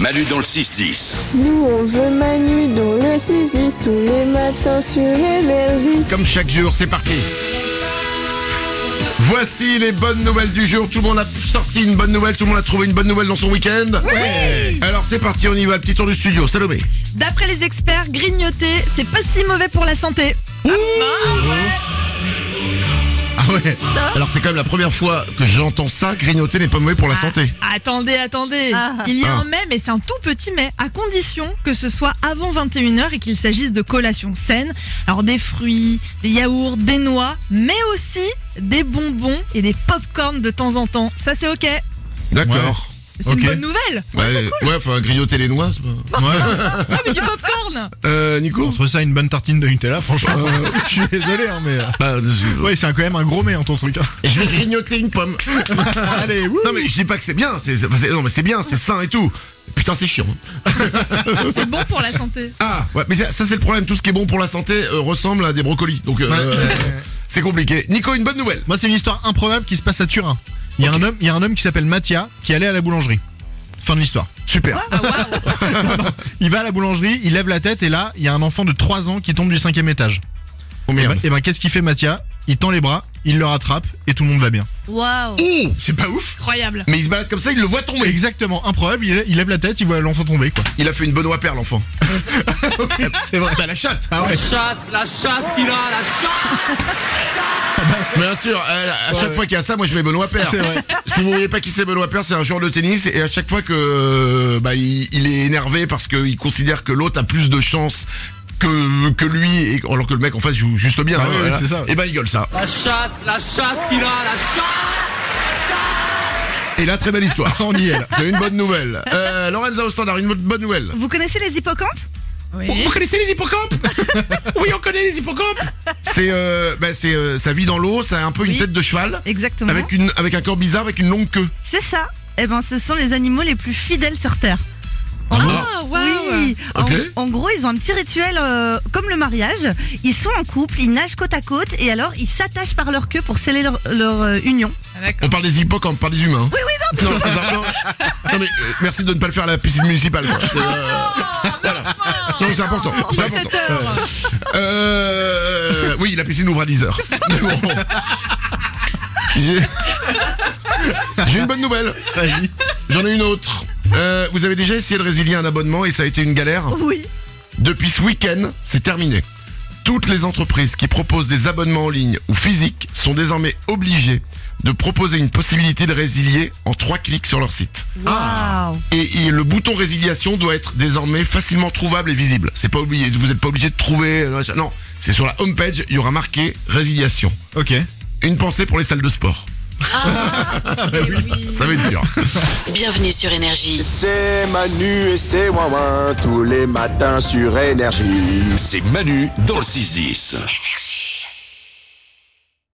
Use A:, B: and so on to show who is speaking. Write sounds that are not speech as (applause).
A: Manu dans le 6-10.
B: Nous on veut Manu dans le 6-10 tous les matins sur Énergie.
C: Comme chaque jour, c'est parti. Voici les bonnes nouvelles du jour. Tout le monde a sorti une bonne nouvelle. Tout le monde a trouvé une bonne nouvelle dans son week-end. Alors c'est parti, on y va. Petit tour du studio. Salomé.
D: D'après les experts, grignoter, c'est pas si mauvais pour la santé.
C: Ah ouais. Alors c'est quand même la première fois que j'entends ça. Grignoter n'est pas mauvais pour la santé.
D: Ah, Attendez, attendez. Il y a
C: Ah.
D: un mais, mais c'est un tout petit mais, à condition que ce soit avant 21h et qu'il s'agisse de collations saines. Alors des fruits, des yaourts, des noix, mais aussi des bonbons et des pop-corn de temps en temps. Ça, c'est OK.
C: D'accord.
D: C'est
C: Ok.
D: une bonne nouvelle.
C: Ouais, ouais, enfin grignoter les noix. c'est pas-
D: Ah, mais
C: (laughs)
D: du pop-corn
C: Euh, Nico.
E: Entre ça et une bonne tartine de Nutella, franchement, euh, je suis désolé, hein, mais. euh,
C: Bah, je-
E: Ouais, c'est un- quand même un gros mais, hein, ton truc. hein.
C: Je vais grignoter une pomme.
E: Allez, wouh.
C: Non mais je dis pas que c'est bien. C'est c'est- non mais c'est bien, c'est sain et tout. Putain, c'est chiant.
D: C'est bon pour la santé.
C: Ah, ouais, mais ça, ça, c'est le problème. Tout ce qui est bon pour la santé euh, ressemble à des brocolis. Donc, euh, c'est compliqué. Nico, une bonne nouvelle.
E: Moi, c'est une histoire improbable qui se passe à Turin. Il y a un homme, il y a un homme qui s'appelle Mattia qui allait à la boulangerie. Fin de l'histoire.
C: Super.
E: Il va à la boulangerie, il lève la tête et là, il y a un enfant de 3 ans qui tombe du cinquième étage.
C: Oh,
E: Et
C: merde.
E: ben, et ben, qu'est-ce qu'il fait Mattia Il tend les bras, il le rattrape et tout le monde va bien.
D: Waouh
C: Oh, c'est pas ouf.
D: Incroyable.
C: Mais il se balade comme ça, il le voit tomber.
E: Exactement, improbable, il, il lève la tête, il voit l'enfant tomber quoi.
C: Il a fait une Benoît Père, l'enfant.
E: (laughs) C'est vrai.
C: Bah, la chatte.
E: Ah ouais.
F: chatte, la chatte qu'il a, la chatte
C: Bien sûr. euh, à chaque
E: ouais.
C: fois qu'il y a ça, moi, je mets Benoît Père.
E: C'est vrai.
C: (laughs) Si vous voyez pas qui c'est Benoît Père, c'est un joueur de tennis et à chaque fois que euh, bah, il, il est énervé parce qu'il considère que l'autre a plus de chance que, que lui, et, alors que le mec en face joue juste bien.
E: Bah ouais, ouais, c'est ça.
C: Et bah il gueule ça.
F: La chatte, la chatte qu'il a, la chatte
C: Et là, très belle histoire.
E: (laughs) On y est là.
C: C'est une bonne nouvelle. Euh, Lorenza au standard, une bonne- bonne nouvelle.
G: Vous connaissez les hippocampes
D: Oui.
C: connaissez les hippocampes Oui, on connaît les hippocampes. C'est, euh, bah, c'est, euh, ça vit dans l'eau, ça a un peu une
G: Oui.
C: tête de cheval,
G: Exactement.
C: avec une, avec un corps bizarre, avec une longue queue.
G: C'est ça. Eh ben, ce sont les animaux les plus fidèles sur Terre. Oh,
D: Ah, waouh
G: Oui. En-
C: Ok.
G: En, gros, ils ont un petit rituel euh, comme le mariage. Ils sont en couple, ils nagent côte à côte et alors ils s'attachent par leur queue pour sceller leur, leur, euh, union.
D: Ah, D'accord.
C: On parle des hippocampes, on parle des humains. Oui, oui, non, non, non, non, mais euh, merci de ne pas le faire à la piscine municipale. quoi. C'est, euh, voilà. Non, c'est important.
D: Il est
C: c'est
D: 7
C: important.
D: heures.
C: Euh, oui, la piscine ouvre à 10h. J'ai une bonne nouvelle.
E: Vas-y.
C: J'en ai une autre. Euh, vous avez déjà essayé de résilier un abonnement et ça a été une galère
G: Oui.
C: Depuis ce week-end, c'est terminé. Toutes les entreprises qui proposent des abonnements en ligne ou physiques sont désormais obligées de proposer une possibilité de résilier en trois clics sur leur site.
G: Waouh.
C: Et, et le bouton résiliation doit être désormais facilement trouvable et visible. C'est pas oublié, vous n'êtes pas obligé de trouver. euh, machin. Non, c'est sur la homepage, il y aura marqué résiliation.
E: Ok.
C: Une pensée pour les salles de sport. (laughs) Ben Ça va être dur.
H: Bienvenue sur Énergie.
I: C'est Manu et c'est Wawan tous les matins sur Énergie.
A: C'est Manu dans le 6-10.